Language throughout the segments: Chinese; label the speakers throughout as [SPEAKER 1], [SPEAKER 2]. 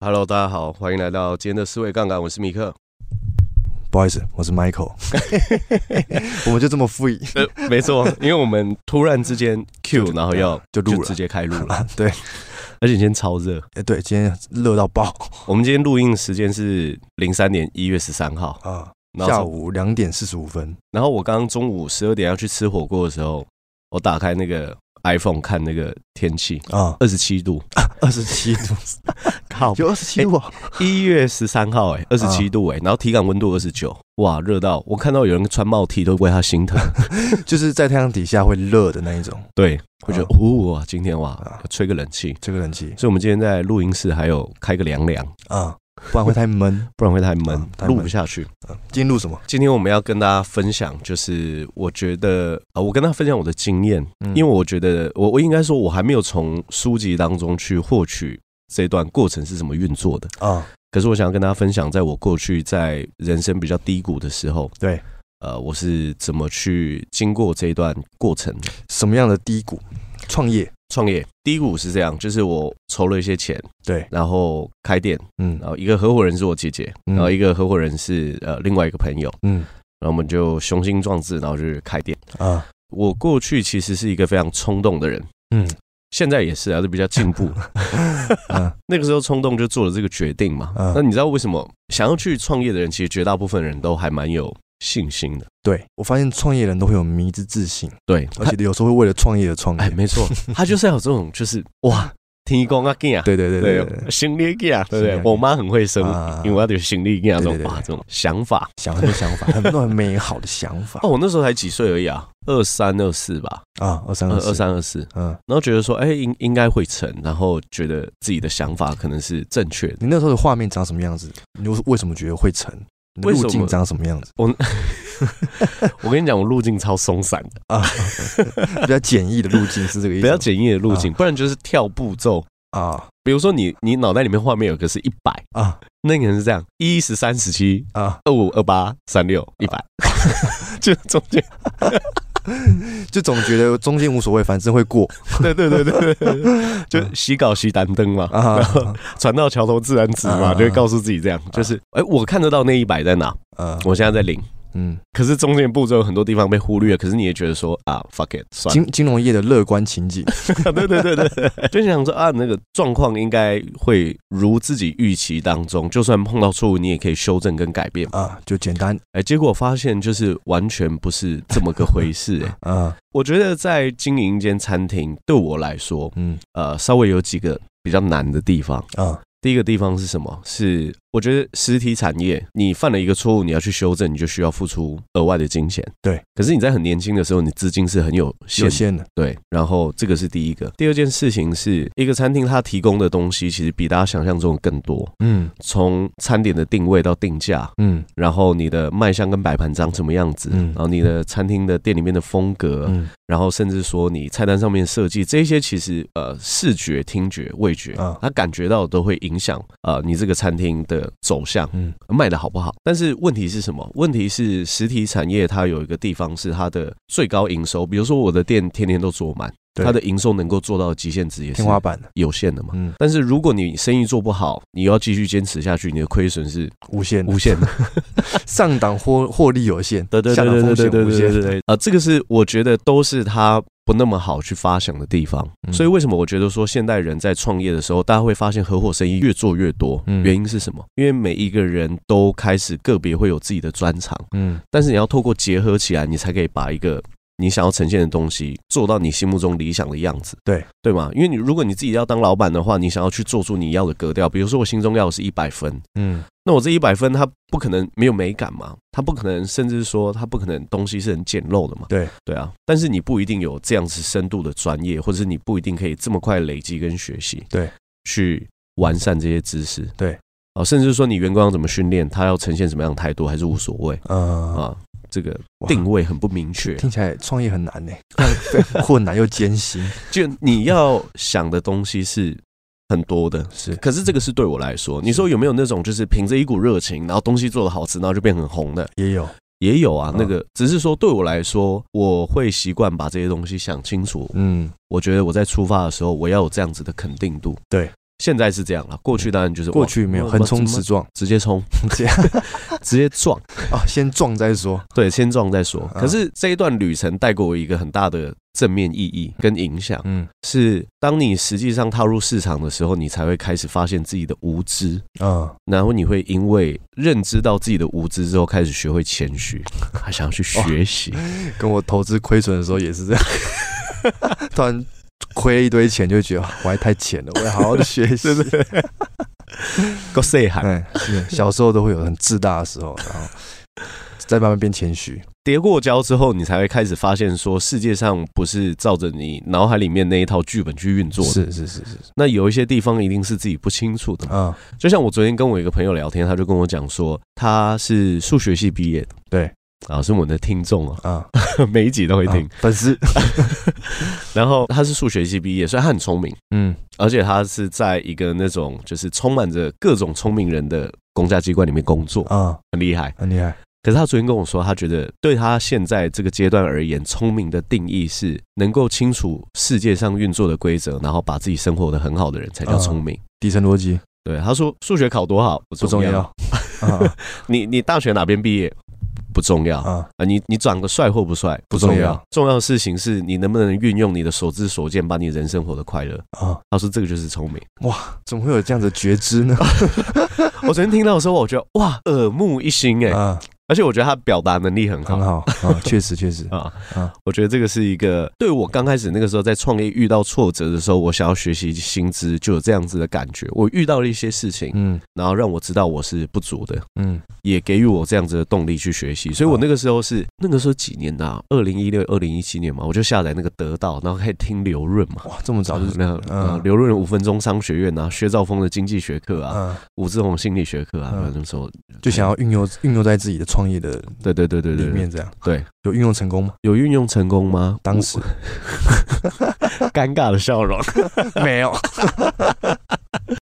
[SPEAKER 1] Hello，大家好，欢迎来到今天的思维杠杆，我是米 克。
[SPEAKER 2] 不好意思，我是 Michael，我们就这么富裕，
[SPEAKER 1] 呃，没错，因为我们突然之间 Q，然后要
[SPEAKER 2] 啊就录了
[SPEAKER 1] 直接开录了，
[SPEAKER 2] 啊对，
[SPEAKER 1] 而且今天超热。
[SPEAKER 2] 哎对，今天热到爆
[SPEAKER 1] 我们今天录音时间是零三年一月十三号，
[SPEAKER 2] 啊！
[SPEAKER 1] 然后
[SPEAKER 2] 下午两点四十五分，
[SPEAKER 1] 然后我刚刚中午十二点要去吃火锅的时候，我打开那个 iPhone 看那个天气，
[SPEAKER 2] 啊，
[SPEAKER 1] 二十七度，
[SPEAKER 2] 二十七 度，
[SPEAKER 1] 靠，
[SPEAKER 2] 有二十七度啊！
[SPEAKER 1] 一月十三号、哎，二十七度、哎，然后体感温度二十九，哇，热到我看到有人穿帽 T 都为他心疼，
[SPEAKER 2] 哎就是在太阳底下会热的那一种，
[SPEAKER 1] 对，我觉得，
[SPEAKER 2] 啊
[SPEAKER 1] 哦，哇，今天哇
[SPEAKER 2] 啊，
[SPEAKER 1] 吹个冷气。
[SPEAKER 2] 这个冷气
[SPEAKER 1] 所以，我们今天在录音室还有开个凉凉，
[SPEAKER 2] 啊，不然会太闷。
[SPEAKER 1] 不然会太闷
[SPEAKER 2] 啊，太
[SPEAKER 1] 录
[SPEAKER 2] 闷
[SPEAKER 1] 不下去。
[SPEAKER 2] 啊今天录什么？
[SPEAKER 1] 今天我们要跟大家分享，就是我觉得啊、我跟他分享我的经验，因
[SPEAKER 2] 因
[SPEAKER 1] 为我觉得我我应该说，我还没有从书籍当中去获取这段过程是怎么运作的。
[SPEAKER 2] 啊，
[SPEAKER 1] 可是我想要跟大家分享，在我过去在人生比较低谷的时候，
[SPEAKER 2] 对，
[SPEAKER 1] 呃，我是怎么去经过这一段过程的。
[SPEAKER 2] 什么样的低谷？创业，
[SPEAKER 1] 创业低谷是这样，就是我筹了一些钱，
[SPEAKER 2] 对，
[SPEAKER 1] 然后开店，
[SPEAKER 2] 嗯
[SPEAKER 1] 然后一个合伙人是我姐姐，
[SPEAKER 2] 嗯
[SPEAKER 1] 然后一个合伙人是呃另外一个朋友，
[SPEAKER 2] 嗯
[SPEAKER 1] 然后我们就雄心壮志，然后就去开店。
[SPEAKER 2] 啊
[SPEAKER 1] 我过去其实是一个非常冲动的人，
[SPEAKER 2] 嗯
[SPEAKER 1] 现在也是啊，就比较进步。
[SPEAKER 2] 啊
[SPEAKER 1] 那个时候冲动就做了这个决定嘛。
[SPEAKER 2] 嗯
[SPEAKER 1] 那你知道为什么想要去创业的人，其实绝大部分人都还蛮有信心的。
[SPEAKER 2] 对我发现创业人都会有迷之自信，
[SPEAKER 1] 对，
[SPEAKER 2] 而且有时候会为了创业而创
[SPEAKER 1] 哎，
[SPEAKER 2] 业。
[SPEAKER 1] 没错，他就是要有这种，就是哇，天公啊，干啊，
[SPEAKER 2] 对对对对对
[SPEAKER 1] 对，
[SPEAKER 2] 对，
[SPEAKER 1] 行李干啊，对不
[SPEAKER 2] 行
[SPEAKER 1] 对？
[SPEAKER 2] 李
[SPEAKER 1] 我妈很会生
[SPEAKER 2] 啊，
[SPEAKER 1] 因为我要有行李干啊，这种
[SPEAKER 2] 对对对
[SPEAKER 1] 哇，这种想法。
[SPEAKER 2] 想很多想法，很多很美好的想法
[SPEAKER 1] 哦，我那时候才几岁而已啊，二三二四吧，
[SPEAKER 2] 啊，二三
[SPEAKER 1] 二
[SPEAKER 2] 二
[SPEAKER 1] 二
[SPEAKER 2] 四，
[SPEAKER 1] 三二四，
[SPEAKER 2] 嗯。
[SPEAKER 1] 然后觉得说，哎，应应该会成，然后觉得自己的想法可能是正确 的。
[SPEAKER 2] 你那时候的画面长什么样子？你为为什么觉得会成？你的
[SPEAKER 1] 为什么
[SPEAKER 2] 路径长什么样子？
[SPEAKER 1] 我跟你讲，我路径超松散的，
[SPEAKER 2] 比较简易的路径是这个意
[SPEAKER 1] 比
[SPEAKER 2] 思
[SPEAKER 1] 较
[SPEAKER 2] 吗。
[SPEAKER 1] 简易的路径，不然就是跳步骤。
[SPEAKER 2] 啊
[SPEAKER 1] 比如说你你脑袋里面画面有个是一百，
[SPEAKER 2] 啊
[SPEAKER 1] 那个人是这样，一十三十七
[SPEAKER 2] 啊！
[SPEAKER 1] 二五二八三六一百， 就中间，
[SPEAKER 2] 就总觉得中间无所谓，反正会过
[SPEAKER 1] 对对对对对对，就洗稿洗单灯嘛，
[SPEAKER 2] 啊
[SPEAKER 1] 然后传到桥头自然直嘛，
[SPEAKER 2] 啊
[SPEAKER 1] 就会告诉自己这样，就是哎，我看得到那一百在哪，
[SPEAKER 2] 啊
[SPEAKER 1] 我现在在领。
[SPEAKER 2] 嗯，
[SPEAKER 1] 可是中间步骤有很多地方被忽略，可是你也觉得说啊，fuck it，算
[SPEAKER 2] 金金融业的乐观情景
[SPEAKER 1] 了， 对对对对对， 就想说啊，那个状况应该会如自己预期当中，就算碰到错误，你也可以修正跟改变。
[SPEAKER 2] 啊，就简单
[SPEAKER 1] 哎，结果发现就是完全不是这么个回 事。哎，
[SPEAKER 2] 啊
[SPEAKER 1] 我觉得在经营一间餐厅，对我来说，
[SPEAKER 2] 嗯
[SPEAKER 1] 呃，稍微有几个比较难的地方。
[SPEAKER 2] 啊
[SPEAKER 1] 第一个地方是什么？是我觉得实体产业，你犯了一个错误，你要去修正，你就需要付出额外的金钱。
[SPEAKER 2] 对，
[SPEAKER 1] 可是你在很年轻的时候，你资金是很有限的。
[SPEAKER 2] 有限的
[SPEAKER 1] 对，然后这个是第一个。第二件事情是一个餐厅它提供的东西，其实比大家想象中的更多，
[SPEAKER 2] 嗯
[SPEAKER 1] 从餐点的定位到定价，
[SPEAKER 2] 嗯
[SPEAKER 1] 然后你的卖相跟摆盘长什么样子，
[SPEAKER 2] 嗯
[SPEAKER 1] 然后你的餐厅的店里面的风格，
[SPEAKER 2] 嗯
[SPEAKER 1] 然后甚至说你菜单上面的设计，这些其实呃视觉、听觉、味觉，
[SPEAKER 2] 啊
[SPEAKER 1] 它感觉到都会影响呃你这个餐厅的走向
[SPEAKER 2] 嗯
[SPEAKER 1] 卖的好不好。但是问题是什么？问题是实体产业它有一个地方是它的最高营收，比如说我的店天天都坐满，
[SPEAKER 2] 对
[SPEAKER 1] 它的营收能够做到的极限值也是
[SPEAKER 2] 天花板的
[SPEAKER 1] 有限的嘛。
[SPEAKER 2] 嗯
[SPEAKER 1] 但是如果你生意做不好，你又要继续坚持下去，你的亏损是
[SPEAKER 2] 无限的
[SPEAKER 1] 无限的。
[SPEAKER 2] 上档获获利有限，
[SPEAKER 1] 对对
[SPEAKER 2] 下
[SPEAKER 1] 对
[SPEAKER 2] 档
[SPEAKER 1] 对
[SPEAKER 2] 风
[SPEAKER 1] 对
[SPEAKER 2] 险
[SPEAKER 1] 对
[SPEAKER 2] 无
[SPEAKER 1] 对对
[SPEAKER 2] 限
[SPEAKER 1] 对，呃，这个是我觉得都是他不那么好去发想的地方，
[SPEAKER 2] 嗯
[SPEAKER 1] 所以为什么我觉得说现代人在创业的时候，大家会发现合伙生意越做越多，
[SPEAKER 2] 嗯
[SPEAKER 1] 原因是什么？因为每一个人都开始个别会有自己的专长，
[SPEAKER 2] 嗯
[SPEAKER 1] 但是你要透过结合起来，你才可以把一个。你想要呈现的东西，做到你心目中理想的样子，
[SPEAKER 2] 对
[SPEAKER 1] 对吗？因为你如果你自己要当老板的话，你想要去做出你要的格调，比如说我心中要的是一百分，
[SPEAKER 2] 嗯
[SPEAKER 1] 那我这一百分，它不可能没有美感嘛，它不可能，甚至说它不可能东西是很简陋的嘛。
[SPEAKER 2] 对
[SPEAKER 1] 对啊，但是你不一定有这样子深度的专业，或者是你不一定可以这么快累积跟学习，
[SPEAKER 2] 对，
[SPEAKER 1] 去完善这些知识，
[SPEAKER 2] 对，
[SPEAKER 1] 啊，甚至说你员工要怎么训练，他要呈现什么样的态度，还是无所谓
[SPEAKER 2] 啊
[SPEAKER 1] 啊，这个
[SPEAKER 2] 哇
[SPEAKER 1] 定位很不明确，
[SPEAKER 2] 听起来创业很难呢， 非常困难又艰辛
[SPEAKER 1] 就你要想的东西是很多的，
[SPEAKER 2] 是
[SPEAKER 1] 可是这个是对我来说，你说有没有那种就是凭着一股热情，然后东西做的好吃，然后就变很红的？
[SPEAKER 2] 也有
[SPEAKER 1] 也有啊，
[SPEAKER 2] 嗯
[SPEAKER 1] 那个只是说对我来说，我会习惯把这些东西想清楚。
[SPEAKER 2] 嗯
[SPEAKER 1] 我觉得我在出发的时候，我要有这样子的肯定度。
[SPEAKER 2] 对，嗯
[SPEAKER 1] 现在是这样了，过去当然就是
[SPEAKER 2] 过去没有
[SPEAKER 1] 哇
[SPEAKER 2] 横
[SPEAKER 1] 怎
[SPEAKER 2] 冲
[SPEAKER 1] 么
[SPEAKER 2] 直 撞
[SPEAKER 1] 直接冲，
[SPEAKER 2] 这样
[SPEAKER 1] 直接撞，
[SPEAKER 2] 啊，先撞 再说。
[SPEAKER 1] 对，先撞再说。
[SPEAKER 2] 嗯
[SPEAKER 1] 可是这一段旅程带给我一个很大的正面意义跟影响，
[SPEAKER 2] 嗯
[SPEAKER 1] 是当你实际上踏入市场的时候，你才会开始发现自己的无知，
[SPEAKER 2] 啊，
[SPEAKER 1] 然后你会因为认知到自己的无知之后，开始学会谦虚，还想要去学习。
[SPEAKER 2] 跟我投资亏损的时候也是这样， 突然亏一堆钱，就会觉得啊我还太浅了，我要好好的 学习。
[SPEAKER 1] 够细喊
[SPEAKER 2] 哎，是小时候都会有很自大的时候，然后再慢慢变谦虚。
[SPEAKER 1] 跌过跤之后，你才会开始发现说，世界上不是照着你脑海里面那一套剧本去运作的。
[SPEAKER 2] 是是是是
[SPEAKER 1] 那有一些地方一定是自己不清楚的嘛。
[SPEAKER 2] 啊，
[SPEAKER 1] 就像我昨天跟我一个朋友聊天，他就跟我讲说，他是数学系毕业的，
[SPEAKER 2] 对，
[SPEAKER 1] 啊，是我们的听众啊，
[SPEAKER 2] 啊，
[SPEAKER 1] 每一集都会听。
[SPEAKER 2] 啊粉丝，
[SPEAKER 1] 然后他是数学系毕业，所以他很聪明，
[SPEAKER 2] 嗯
[SPEAKER 1] 而且他是在一个那种就是充满着各种聪明人的公家机关里面工作，
[SPEAKER 2] 啊，
[SPEAKER 1] 很厉害。
[SPEAKER 2] 很厉害，
[SPEAKER 1] 可是他昨天跟我说，他觉得对他现在这个阶段而言，聪明的定义是能够清楚世界上运作的规则，然后把自己生活的很好的人才叫聪明。
[SPEAKER 2] 底层逻辑
[SPEAKER 1] 对，他说数学考多好不
[SPEAKER 2] 嗯不重
[SPEAKER 1] 重
[SPEAKER 2] 要
[SPEAKER 1] 要，
[SPEAKER 2] 啊
[SPEAKER 1] 你你大学哪边毕业不重要啊，
[SPEAKER 2] 啊，
[SPEAKER 1] 你你长得帅或不帅
[SPEAKER 2] 不重要
[SPEAKER 1] 要，重要的事情是你能不能运用你的所知所见，把你人生活得快乐。
[SPEAKER 2] 啊，
[SPEAKER 1] 他说这个就是聪明。
[SPEAKER 2] 怎么会有这样的觉 知呢？
[SPEAKER 1] 我昨天听到的时候，我觉得哇，耳目一新哎，
[SPEAKER 2] 啊，
[SPEAKER 1] 而且我觉得他表达能力很
[SPEAKER 2] 很
[SPEAKER 1] 好。
[SPEAKER 2] 好啊，确实确 实，
[SPEAKER 1] 啊
[SPEAKER 2] 啊
[SPEAKER 1] 我觉得这个是一个对我刚开始那个时候在创业遇到挫折的时候，我想要学习薪资就有这样子的感觉。我遇到了一些事情，
[SPEAKER 2] 嗯
[SPEAKER 1] 然后让我知道我是不足的，
[SPEAKER 2] 嗯，
[SPEAKER 1] 也给予我这样子的动力去学习。所以我那个时候是那个时候几年啊，二零一六、二零一七年嘛，我就下载那个得到，然后开始听刘润嘛。
[SPEAKER 2] 哇，这么早就
[SPEAKER 1] 那
[SPEAKER 2] 嗯
[SPEAKER 1] 呃刘润五分钟商学院啊，薛兆丰的经济学课啊，
[SPEAKER 2] 啊，
[SPEAKER 1] 武志红心理学课啊，
[SPEAKER 2] 嗯
[SPEAKER 1] 那时候
[SPEAKER 2] 就想要运用运用在自己的创业的
[SPEAKER 1] 对对对对
[SPEAKER 2] 里
[SPEAKER 1] 对对，
[SPEAKER 2] 面，这样
[SPEAKER 1] 对
[SPEAKER 2] 有运用成功吗？
[SPEAKER 1] 有运用成功吗？
[SPEAKER 2] 当时
[SPEAKER 1] 我 尴尬的笑容，
[SPEAKER 2] 没有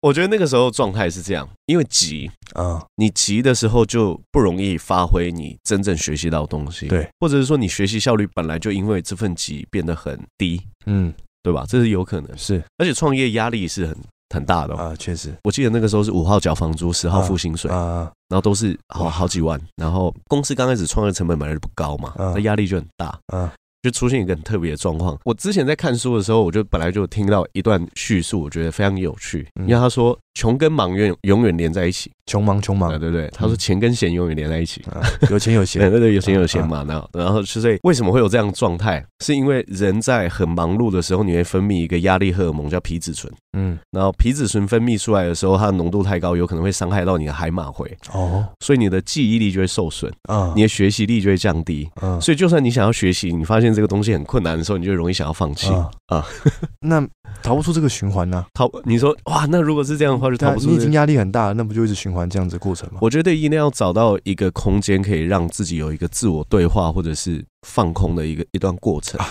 [SPEAKER 1] 我觉得那个时候状态是这样，因为急，
[SPEAKER 2] 啊，
[SPEAKER 1] 你急的时候就不容易发挥你真正学习到的东西，
[SPEAKER 2] 对，
[SPEAKER 1] 或者是说你学习效率本来就因为这份急变得很低，
[SPEAKER 2] 嗯，
[SPEAKER 1] 对吧？这是有可能，
[SPEAKER 2] 是
[SPEAKER 1] 而且创业压力是很很大的哦、
[SPEAKER 2] 啊，确实
[SPEAKER 1] 我记得那个时候是五号缴房租，十号付薪水，
[SPEAKER 2] 啊，
[SPEAKER 1] 然后都是好
[SPEAKER 2] 哇
[SPEAKER 1] 好几万，然后公司刚开始创业成本本来就不高嘛，
[SPEAKER 2] 嗯
[SPEAKER 1] 那压力就很大，
[SPEAKER 2] 嗯
[SPEAKER 1] 就出现一个很特别的状况。我之前在看书的时候，我就本来就有听到一段叙述，我觉得非常有趣，
[SPEAKER 2] 嗯
[SPEAKER 1] 因为他说穷跟忙永远永远连在一起，啊
[SPEAKER 2] 穷忙穷忙嗯
[SPEAKER 1] 对，对对，他说钱跟闲永远连在一起。
[SPEAKER 2] 啊有钱有闲
[SPEAKER 1] 对，对对，有钱
[SPEAKER 2] 嗯
[SPEAKER 1] 有闲嘛，然后然后是所以为什么会有这样的状态？是因为人在很忙碌的时候，你会分泌一个压力荷尔蒙叫皮质醇，
[SPEAKER 2] 嗯，
[SPEAKER 1] 然后皮质醇分泌出来的时候，它的浓度太高，有可能会伤害到你的海马回，
[SPEAKER 2] 哦
[SPEAKER 1] 所以你的记忆力就会受损，
[SPEAKER 2] 啊，
[SPEAKER 1] 你的学习力就会降低。
[SPEAKER 2] 嗯
[SPEAKER 1] 所以就算你想要学习，你发现这个东西很困难的时候，你就容易想要放弃。
[SPEAKER 2] 啊
[SPEAKER 1] 啊，
[SPEAKER 2] 那逃不出这个循环呢？
[SPEAKER 1] 逃，你说哇，那如果是这样的话，就逃
[SPEAKER 2] 他
[SPEAKER 1] 不
[SPEAKER 2] 啊你
[SPEAKER 1] 出
[SPEAKER 2] 已
[SPEAKER 1] 这
[SPEAKER 2] 经
[SPEAKER 1] 个。
[SPEAKER 2] 压力很大了，那不就一直循环这样子的过程吗？
[SPEAKER 1] 我觉得一定要找到一个空间，可以让自己有一个自我对话或者是放空的一个一段过程。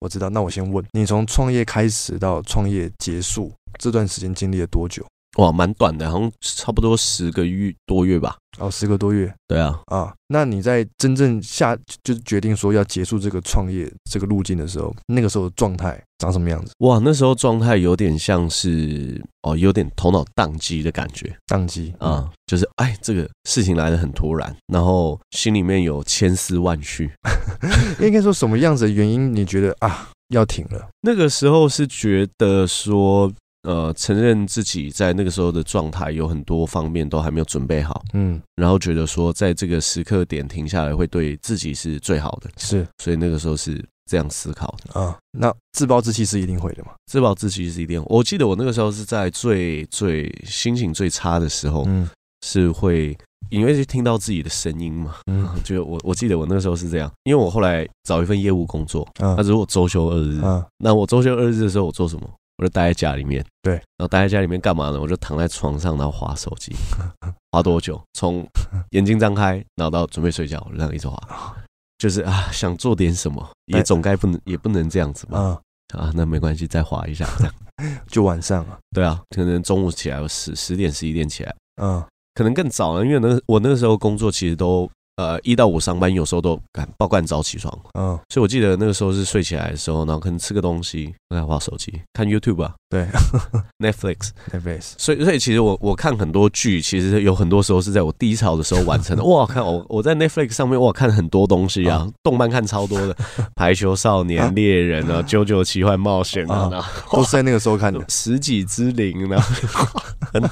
[SPEAKER 2] 我知道，那我先问你，从创业开始到创业结束这段时间经历了多久？
[SPEAKER 1] 哇，蛮短的，好像差不多十个月多月吧。
[SPEAKER 2] 哦，十个多月
[SPEAKER 1] 对啊，
[SPEAKER 2] 啊。那你在真正下就是决定说要结束这个创业这个路径的时候，那个时候的状态长什么样子？
[SPEAKER 1] 哇，那时候状态有点像是哦，有点头脑宕机的感觉
[SPEAKER 2] 宕机
[SPEAKER 1] 啊、，就是哎，这个事情来的很突然，然后心里面有千丝万绪。
[SPEAKER 2] 嗯应该说什么样子的原因？你觉得啊要停了？
[SPEAKER 1] 那个时候是觉得说，呃，承认自己在那个时候的状态有很多方面都还没有准备好，
[SPEAKER 2] 嗯，
[SPEAKER 1] 然后觉得说，在这个时刻点停下来会对自己是最好的，
[SPEAKER 2] 是
[SPEAKER 1] 所以那个时候是这样思考的。
[SPEAKER 2] 啊，那自暴自弃是一定会的嘛？
[SPEAKER 1] 自暴自弃是一定，我记得我那个时候是在最最心情最差的时候，
[SPEAKER 2] 嗯
[SPEAKER 1] 是会因为就听到自己的声音嘛，
[SPEAKER 2] 嗯
[SPEAKER 1] 就我我记得我那个时候是这样，因为我后来找一份业务工作，
[SPEAKER 2] 啊
[SPEAKER 1] 那如果周休二日，
[SPEAKER 2] 啊
[SPEAKER 1] 那我周休二日的时候我做什么？我就待在家里面，
[SPEAKER 2] 对
[SPEAKER 1] 然后待在家里面干嘛呢？我就躺在床上，然后划手机，划多久？从眼睛张开，然后到准备睡觉，我就这样一直划，就是啊，想做点什么，也
[SPEAKER 2] 哎
[SPEAKER 1] 总该不能也不能这样子吧？
[SPEAKER 2] 啊，
[SPEAKER 1] 啊，那没关系，再划一下，这样
[SPEAKER 2] 就晚上啊，
[SPEAKER 1] 对啊，可能中午起来，我十十点十一点起来，
[SPEAKER 2] 嗯
[SPEAKER 1] 可能更早了，因为那个我那个时候工作其实都呃一到五上班，有时候都敢爆干早起床，
[SPEAKER 2] 嗯，
[SPEAKER 1] 所以我记得那个时候是睡起来的时候，然后可能吃个东西，然后划手机，看 YouTube 吧、
[SPEAKER 2] 对
[SPEAKER 1] Netflix。
[SPEAKER 2] ，Netflix，
[SPEAKER 1] 所以所以其实我我看很多剧，其实有很多时候是在我低潮的时候完 成的。哇，哦看我我在 Netflix 上面哇看很多东西啊，动漫看超多的，《排球少年》《猎人》啊，《九九奇幻冒险》啊，
[SPEAKER 2] 啊
[SPEAKER 1] 然后
[SPEAKER 2] 都是在那个时候看的。
[SPEAKER 1] 十几之灵，然后 很多。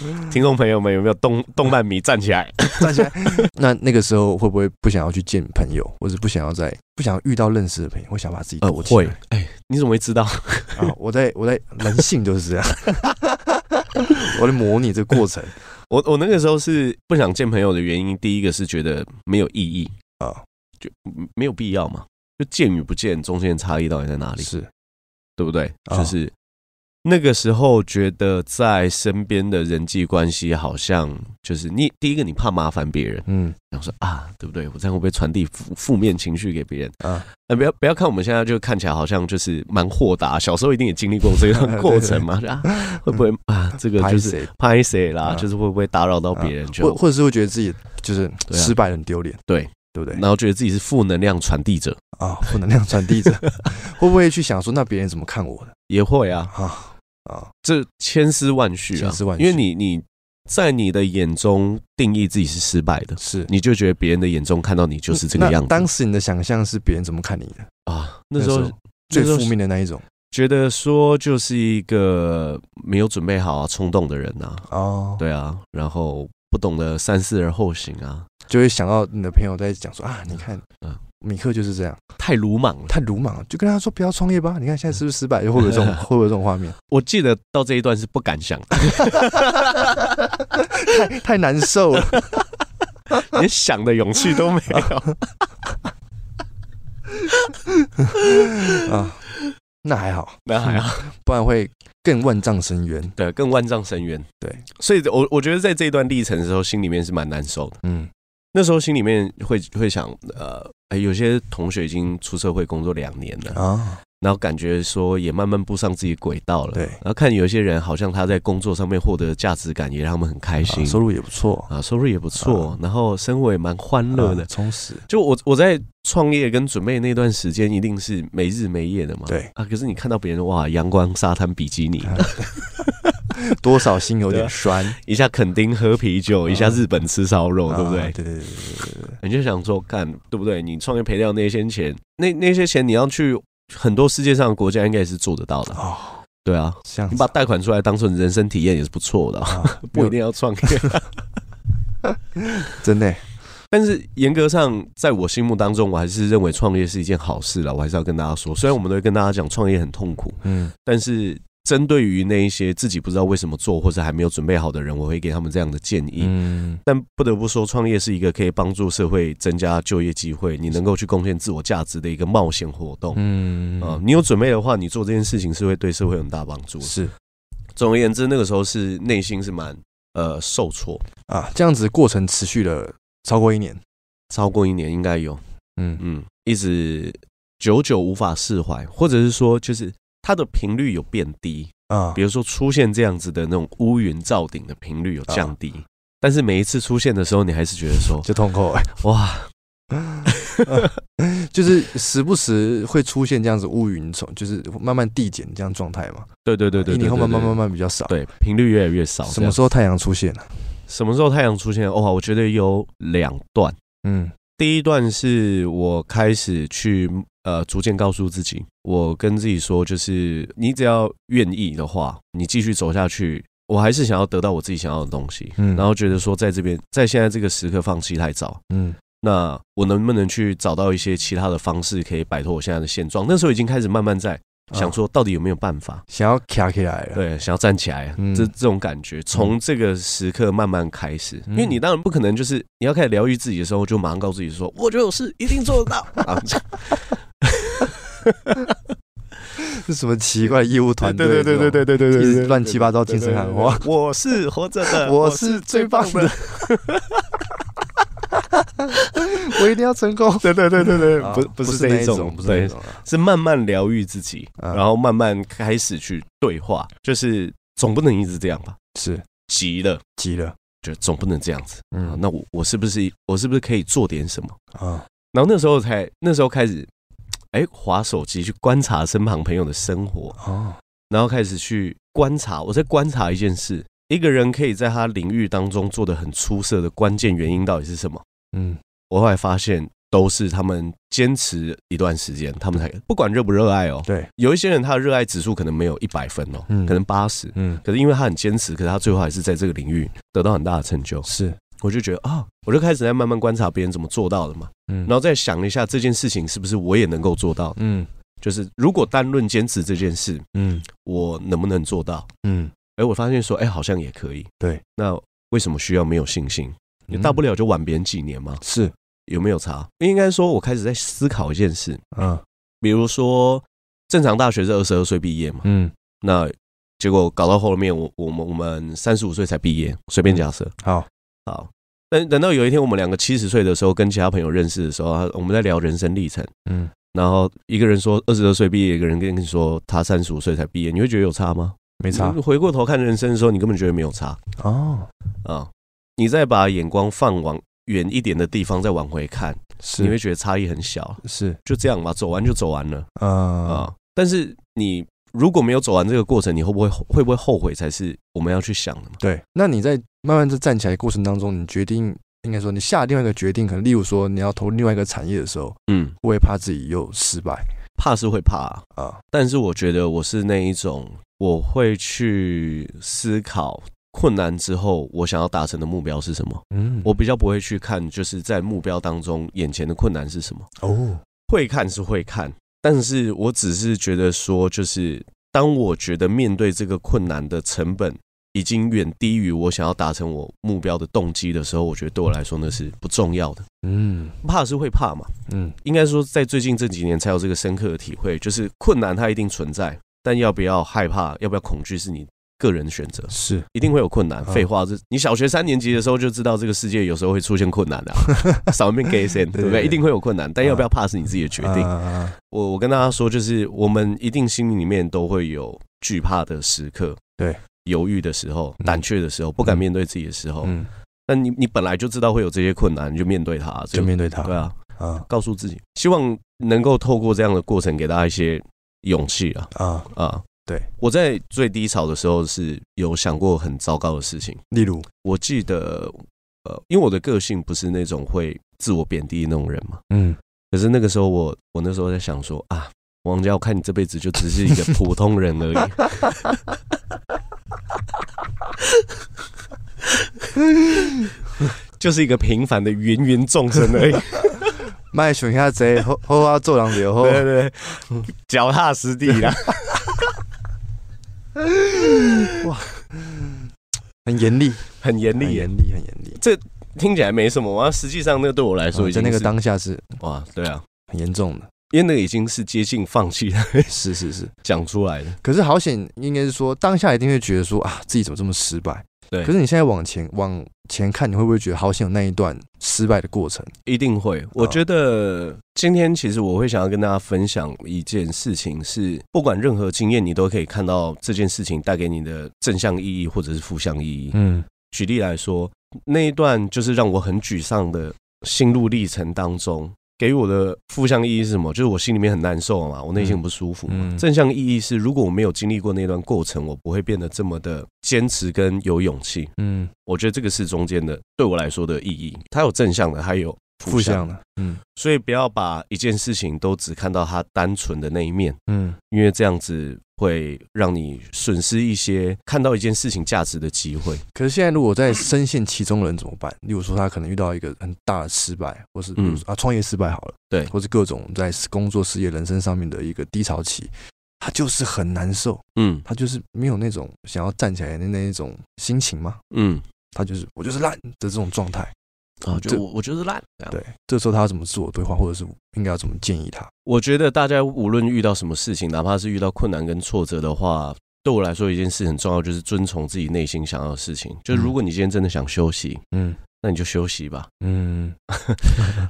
[SPEAKER 1] 听众朋友们，有没有动动漫迷站起来？
[SPEAKER 2] 站起来，那那个时候会不会不想要去见朋友，或者不想要在不想遇到认识的朋友，会想把自己躲呃起来？
[SPEAKER 1] 哎、你怎么会知道？
[SPEAKER 2] 啊，我在我在人性就是这样， 我在模拟这个过程
[SPEAKER 1] 我我那个时候是不想见朋友的原因，第一个是觉得没有意义，
[SPEAKER 2] 啊，
[SPEAKER 1] 就嗯没有必要嘛。就见与不见中间的差异到底在哪里？
[SPEAKER 2] 是
[SPEAKER 1] 对不对？
[SPEAKER 2] 啊
[SPEAKER 1] 就是那个时候觉得在身边的人际关系好像就是你第一个你怕麻烦别人，
[SPEAKER 2] 嗯
[SPEAKER 1] 然后说啊，对不对？我这样会不会传递负负面情绪给别人？
[SPEAKER 2] 啊，
[SPEAKER 1] 呃，不要不要看我们现在就看起来好像就是蛮豁达，小时候一定也经历过这 段过程嘛，就啊，会不会
[SPEAKER 2] 嗯
[SPEAKER 1] 啊，这个就
[SPEAKER 2] 拍
[SPEAKER 1] 是
[SPEAKER 2] 谁？
[SPEAKER 1] 拍谁啦，
[SPEAKER 2] 啊
[SPEAKER 1] 就是会不会打扰到别人
[SPEAKER 2] 或
[SPEAKER 1] 就
[SPEAKER 2] 或者是会觉得自己就是
[SPEAKER 1] 对啊
[SPEAKER 2] 失败很丢脸，
[SPEAKER 1] 对，
[SPEAKER 2] 对不对？
[SPEAKER 1] 然后觉得自己是负能量传递者，
[SPEAKER 2] 啊，负能量传 递者会不会去想说，那别人怎么看我的
[SPEAKER 1] 也会啊，
[SPEAKER 2] 啊啊？
[SPEAKER 1] 这千丝万绪啊
[SPEAKER 2] 千丝，万绪
[SPEAKER 1] 因为你你在你的眼中定义自己是失败的，
[SPEAKER 2] 是
[SPEAKER 1] 你就觉得别人的眼中看到你就是这个
[SPEAKER 2] 那
[SPEAKER 1] 样子
[SPEAKER 2] 当时你的想象是别人怎么看你的，
[SPEAKER 1] 啊。那时候
[SPEAKER 2] 那时候最
[SPEAKER 1] 那时候
[SPEAKER 2] 负面的那一种
[SPEAKER 1] 觉得说就是一个没有准备好啊、冲动的人啊，
[SPEAKER 2] 哦，，
[SPEAKER 1] 对啊，然后不懂得三思而后行啊，
[SPEAKER 2] 就会想到你的朋友在讲说啊，你看
[SPEAKER 1] 嗯，
[SPEAKER 2] 米克就是这样，
[SPEAKER 1] 太鲁莽了。
[SPEAKER 2] 太鲁莽了，就跟他说不要创业吧，你看现在是不是失败？又会有这种会有这种画面，
[SPEAKER 1] 我记得到这一段是不敢想，
[SPEAKER 2] 太太难受了。
[SPEAKER 1] 连想的勇气都没
[SPEAKER 2] 哦
[SPEAKER 1] 有。
[SPEAKER 2] 那还好，
[SPEAKER 1] 那还好，
[SPEAKER 2] 不然会更万丈深渊。
[SPEAKER 1] 对，更万丈深渊。
[SPEAKER 2] 对，
[SPEAKER 1] 所以我我觉得在这一段历程的时候，心里面是蛮难受的。
[SPEAKER 2] 嗯，
[SPEAKER 1] 那时候心里面会会想，呃，哎有些同学已经出社会工作两年了，
[SPEAKER 2] 啊，
[SPEAKER 1] 然后感觉说也慢慢步上自己轨道了。
[SPEAKER 2] 对
[SPEAKER 1] 然后看有一些人好像他在工作上面获得的价值感，也让他们很开心
[SPEAKER 2] 啊，收入也不错，
[SPEAKER 1] 啊，收入也不错，然后生活也蛮欢乐的
[SPEAKER 2] 啊。充实。
[SPEAKER 1] 就我我在创业跟准备那段时间，一定是没日没夜的嘛。
[SPEAKER 2] 对
[SPEAKER 1] 啊，可是你看到别人哇，阳光、沙滩、比基尼，
[SPEAKER 2] 啊多少心有
[SPEAKER 1] 对啊
[SPEAKER 2] 点酸，
[SPEAKER 1] 一下垦丁喝啤酒，
[SPEAKER 2] 啊
[SPEAKER 1] 一下日本吃烧肉，对不
[SPEAKER 2] 啊
[SPEAKER 1] 对？
[SPEAKER 2] 对对对对对对对，
[SPEAKER 1] 你就想说，干对不对？你创业赔掉那些钱，那那些钱你要去很多世界上的国家，应该也是做得到的。
[SPEAKER 2] 哦，
[SPEAKER 1] 对啊，
[SPEAKER 2] 这样
[SPEAKER 1] 你
[SPEAKER 2] 子
[SPEAKER 1] 把贷款出来当成人生体验也是不错 的啊、
[SPEAKER 2] 啊，
[SPEAKER 1] 不一定要创业。
[SPEAKER 2] 真的
[SPEAKER 1] 但是严格上，在我心目当中，我还是认为创业是一件好事了。我还是要跟大家说，虽然我们都会跟大家讲创业很痛苦，
[SPEAKER 2] 嗯，
[SPEAKER 1] 但是针对于那一些自己不知道为什么做或者还没有准备好的人，我会给他们这样的建议。
[SPEAKER 2] 嗯，
[SPEAKER 1] 但不得不说，创业是一个可以帮助社会增加就业机会，你能够去贡献自我价值的一个冒险活动。
[SPEAKER 2] 嗯
[SPEAKER 1] 啊、你有准备的话，你做这件事情是会对社会有很大帮助的。
[SPEAKER 2] 是
[SPEAKER 1] 总而言之，那个时候是内心是蛮呃受挫，
[SPEAKER 2] 啊，这样子过程持续了超过一年，
[SPEAKER 1] 超过一年应该有，
[SPEAKER 2] 嗯
[SPEAKER 1] 嗯，一直久久无法释怀，或者是说就是它的频率有变低，
[SPEAKER 2] 啊
[SPEAKER 1] 比，如说出现这样子的那种乌云罩顶的频率有降低，但是每一次出现的时候，你还是觉得说
[SPEAKER 2] 就 痛苦了，
[SPEAKER 1] 哇，
[SPEAKER 2] 就是时不时会出现这样子乌云从，就是慢慢递减这样状态嘛。
[SPEAKER 1] 对对对对，
[SPEAKER 2] 一
[SPEAKER 1] 对
[SPEAKER 2] 年后
[SPEAKER 1] 对
[SPEAKER 2] 慢慢
[SPEAKER 1] 对
[SPEAKER 2] 慢慢比较少。
[SPEAKER 1] 对频率越来越少。
[SPEAKER 2] 什么时候太阳出现啊了？
[SPEAKER 1] 什么时候太阳出现？哦哇，我觉得有两段。
[SPEAKER 2] 嗯
[SPEAKER 1] 第一段是我开始去呃，逐渐告诉自己，我跟自己说，就是你只要愿意的话，你继续走下去，我还是想要得到我自己想要的东西。
[SPEAKER 2] 嗯
[SPEAKER 1] 然后觉得说，在这边，在现在这个时刻放弃太早，
[SPEAKER 2] 嗯
[SPEAKER 1] 那我能不能去找到一些其他的方式，可以摆脱我现在的现状？那时候已经开始慢慢在想说，到底有没有办法？
[SPEAKER 2] 想要卡起来了。，
[SPEAKER 1] 对，想要站起来，
[SPEAKER 2] 嗯
[SPEAKER 1] 这这种感觉，从这个时刻慢慢开始，
[SPEAKER 2] 嗯
[SPEAKER 1] 因为你当然不可能就是你要开始疗愈自己的时候，就马上告诉自己 说，我觉得我是一定做得到 啊，
[SPEAKER 2] 是 什么奇怪的业务团
[SPEAKER 1] 对
[SPEAKER 2] 队？
[SPEAKER 1] 对对
[SPEAKER 2] 对一直乱七八糟健身喊话，
[SPEAKER 1] 我是活着
[SPEAKER 2] 这
[SPEAKER 1] 的，
[SPEAKER 2] 种我是最棒的， 我一定要成功。
[SPEAKER 1] 对对对对对
[SPEAKER 2] 啊
[SPEAKER 1] 不
[SPEAKER 2] 不
[SPEAKER 1] 是
[SPEAKER 2] 那
[SPEAKER 1] 这
[SPEAKER 2] 一
[SPEAKER 1] 种，
[SPEAKER 2] 不是那一
[SPEAKER 1] 对，
[SPEAKER 2] 种啊。
[SPEAKER 1] 是慢慢疗愈自己，
[SPEAKER 2] 啊
[SPEAKER 1] 然后慢慢开始去对话，就是总不能一直这样吧，
[SPEAKER 2] 是
[SPEAKER 1] 急了。
[SPEAKER 2] 急了，
[SPEAKER 1] 就总不能这样子。啊
[SPEAKER 2] 嗯
[SPEAKER 1] 那我我是不是我是不是可以做点什么？
[SPEAKER 2] 啊，
[SPEAKER 1] 然后那时候才那时候开始，哎，划手机去观察身旁朋友的生活，
[SPEAKER 2] 哦，
[SPEAKER 1] 然后开始去观察，我在观察一件事：一个人可以在他领域当中做的很出色的关键原因到底是什么？
[SPEAKER 2] 嗯，
[SPEAKER 1] 我后来发现都是他们坚持一段时间，他们才不管热不热爱哦。
[SPEAKER 2] 对，
[SPEAKER 1] 有一些人他的热爱指数可能没有一百分哦，
[SPEAKER 2] 嗯
[SPEAKER 1] 可能八十，
[SPEAKER 2] 嗯，
[SPEAKER 1] 可是因为他很坚持，可是他最后还是在这个领域得到很大的成就。
[SPEAKER 2] 是，
[SPEAKER 1] 我就觉得啊，我就开始在慢慢观察别人怎么做到的嘛，
[SPEAKER 2] 嗯，
[SPEAKER 1] 然后再想一下这件事情是不是我也能够做到。
[SPEAKER 2] 嗯
[SPEAKER 1] 就是如果单论坚持这件事，
[SPEAKER 2] 嗯
[SPEAKER 1] 我能不能做到？
[SPEAKER 2] 嗯，
[SPEAKER 1] 哎，我发现说，哎，好像也可以。
[SPEAKER 2] 对，
[SPEAKER 1] 那为什么需要没有信心？你
[SPEAKER 2] 嗯
[SPEAKER 1] 大不了就晚别人几年嘛，
[SPEAKER 2] 是，
[SPEAKER 1] 有没有差？应该说，我开始在思考一件事，
[SPEAKER 2] 嗯
[SPEAKER 1] 比如说，正常大学是二十二岁毕业嘛，
[SPEAKER 2] 嗯，
[SPEAKER 1] 那结果搞到后面，我我们我们三十五岁才毕业，随便假设。
[SPEAKER 2] 好，
[SPEAKER 1] 好，等等到有一天我们两个七十岁的时候，跟其他朋友认识的时候，啊他我们在聊人生历程，
[SPEAKER 2] 嗯，
[SPEAKER 1] 然后一个人说二十二岁毕业，一个人跟你说他三十五岁才毕业，你会觉得有差吗？
[SPEAKER 2] 没差
[SPEAKER 1] 你回过头看人生的时候，你根本觉得没有差
[SPEAKER 2] 哦，
[SPEAKER 1] 啊！你再把眼光放往远一点的地方再往回看，
[SPEAKER 2] 是，
[SPEAKER 1] 你会觉得差异很小，
[SPEAKER 2] 是，
[SPEAKER 1] 就这样吧，走完就走完了
[SPEAKER 2] 啊
[SPEAKER 1] 啊！但是你如果没有走完这个过程，你会不会会不会后悔才是我们要去想的嘛？
[SPEAKER 2] 对，那你在慢慢在站起来的过程当中，你决定应该说你下另外一个决定，可能例如说你要投入另外一个产业的时候，
[SPEAKER 1] 嗯，
[SPEAKER 2] 我也怕自己又失败
[SPEAKER 1] 怕是会怕啊、
[SPEAKER 2] 啊，
[SPEAKER 1] 但是我觉得我是那一种，我会去思考困难之后我想要达成的目标是什么。
[SPEAKER 2] 嗯
[SPEAKER 1] 我比较不会去看，就是在目标当中眼前的困难是什么。
[SPEAKER 2] 哦，
[SPEAKER 1] 会看是会看，但是我只是觉得说，就是当我觉得面对这个困难的成本已经远低于我想要达成我目标的动机的时候，我觉得对我来说那是不重要的。
[SPEAKER 2] 嗯
[SPEAKER 1] 怕是会怕嘛，
[SPEAKER 2] 嗯，
[SPEAKER 1] 应该说，在最近这几年才有这个深刻的体会，就是困难它一定存在，但要不要害怕，要不要恐惧是你个人的选择，
[SPEAKER 2] 是，
[SPEAKER 1] 一定会有困难。
[SPEAKER 2] 嗯
[SPEAKER 1] 废话，这你小学三年级的时候就知道这个世界有时候会出现困难的、 啊，少一遍 gay 先，对不
[SPEAKER 2] 对嗯
[SPEAKER 1] 对？
[SPEAKER 2] 对
[SPEAKER 1] 一定会有困难，但要不要怕是你自己的决定。
[SPEAKER 2] 啊
[SPEAKER 1] 我我跟大家说，就是我们一定心里面都会有惧怕的时刻，
[SPEAKER 2] 对，
[SPEAKER 1] 犹豫的时候
[SPEAKER 2] 嗯，
[SPEAKER 1] 胆怯的时候，不敢面对自己的时候，
[SPEAKER 2] 嗯，
[SPEAKER 1] 那你你本来就知道会有这些困难，你就面对它，这
[SPEAKER 2] 就
[SPEAKER 1] 个
[SPEAKER 2] 面对它，
[SPEAKER 1] 对啊。
[SPEAKER 2] 啊
[SPEAKER 1] 告诉自己，希望能够透过这样的过程给大家一些勇气啊
[SPEAKER 2] 啊，
[SPEAKER 1] 啊！
[SPEAKER 2] 对，
[SPEAKER 1] 我在最低潮的时候是有想过很糟糕的事情。
[SPEAKER 2] 例如，
[SPEAKER 1] 我记得，呃，因为我的个性不是那种会自我贬低的那种人嘛，
[SPEAKER 2] 嗯，
[SPEAKER 1] 可是那个时候我我那时候在想说啊，王家，我看你这辈子就只是一个普通人而已。 就是一个平凡的芸芸众生而已，
[SPEAKER 2] 卖熊下贼，后后花做人流后，
[SPEAKER 1] 对对对，脚踏实地啦。
[SPEAKER 2] 嗯很严厉，
[SPEAKER 1] 很严
[SPEAKER 2] 很
[SPEAKER 1] 厉耶，
[SPEAKER 2] 严厉，很严厉。
[SPEAKER 1] 听起来没什么啊，实际上那对我来说
[SPEAKER 2] 啊
[SPEAKER 1] 已
[SPEAKER 2] 在
[SPEAKER 1] 经
[SPEAKER 2] 那个
[SPEAKER 1] 是
[SPEAKER 2] 当下是
[SPEAKER 1] 哇，对啊，
[SPEAKER 2] 很严重的，
[SPEAKER 1] 因为那个已经是接近放弃 了
[SPEAKER 2] 是是是。
[SPEAKER 1] 讲出来的，
[SPEAKER 2] 可是好险，应该是说当下一定会觉得说啊，自己怎么这么失败？
[SPEAKER 1] 对
[SPEAKER 2] 可是你现在往前往前看，你会不会觉得好险有那一段失败的过程？
[SPEAKER 1] 一定会。
[SPEAKER 2] 嗯
[SPEAKER 1] 我觉得今天其实我会想要跟大家分享一件事情是，不管任何经验，你都可以看到这件事情带给你的正向意义或者是负向意义。
[SPEAKER 2] 嗯
[SPEAKER 1] 举例来说，那一段就是让我很沮丧的心路历程当中，给我的负向意义是什么？就是我心里面很难受嘛，我内心很不舒服嘛。
[SPEAKER 2] 嗯
[SPEAKER 1] 正向意义是，如果我没有经历过那段过程，我不会变得这么的坚持跟有勇气。
[SPEAKER 2] 嗯，
[SPEAKER 1] 我觉得这个是中间的对我来说的意义，它有正向的，还有
[SPEAKER 2] 负
[SPEAKER 1] 负向
[SPEAKER 2] 向
[SPEAKER 1] 的。
[SPEAKER 2] 的，嗯
[SPEAKER 1] 所以不要把一件事情都只看到它单纯的那一面，
[SPEAKER 2] 嗯
[SPEAKER 1] 因为这样子会让你损失一些看到一件事情价值的机会。
[SPEAKER 2] 可是现在如果在深陷其中的人怎么办？例如说他可能遇到一个很大的失败，或是比如说、啊创业失败好了，
[SPEAKER 1] 嗯对
[SPEAKER 2] 或是各种在工作、事业、人生上面的一个低潮期，他就是很难受，
[SPEAKER 1] 嗯
[SPEAKER 2] 他就是没有那种想要站起来的那一种心情吗？
[SPEAKER 1] 嗯，
[SPEAKER 2] 他就是我就是烂的这种状态。
[SPEAKER 1] 啊，
[SPEAKER 2] 这
[SPEAKER 1] 就我我就是烂。啊这样
[SPEAKER 2] 对，这时候他要怎么自我对话，或者是应该要怎么建议他？
[SPEAKER 1] 我觉得大家无论遇到什么事情，哪怕是遇到困难跟挫折的话，对我来说一件事很重要，就是遵从自己内心想要的事情。就是如果你今天真的想休息，
[SPEAKER 2] 嗯
[SPEAKER 1] 那你就休息吧。
[SPEAKER 2] 嗯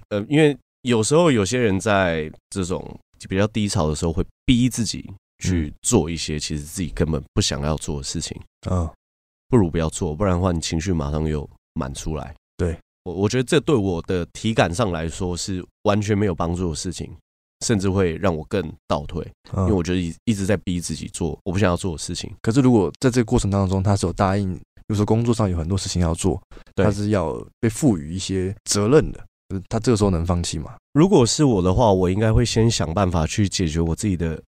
[SPEAKER 1] 呃，因为有时候有些人在这种比较低潮的时候，会逼自己
[SPEAKER 2] 嗯
[SPEAKER 1] 去做一些其实自己根本不想要做的事情，
[SPEAKER 2] 啊
[SPEAKER 1] 不如不要做，不然的话你情绪马上又满出来。
[SPEAKER 2] 对
[SPEAKER 1] 我，我觉得这对我的体感上来说是完全没有帮助的事情，甚至会让我更倒退，
[SPEAKER 2] 嗯
[SPEAKER 1] 因为我觉得一一直在逼自己做我不想要做的事情。
[SPEAKER 2] 可是如果在这个过程当中，他是有答应，比如说工作上有很多事情要做，
[SPEAKER 1] 对
[SPEAKER 2] 他是要被赋予一些责任的，就是他这个时候能放弃吗？
[SPEAKER 1] 如果是我的话，我应该会先想办法去解决我自己的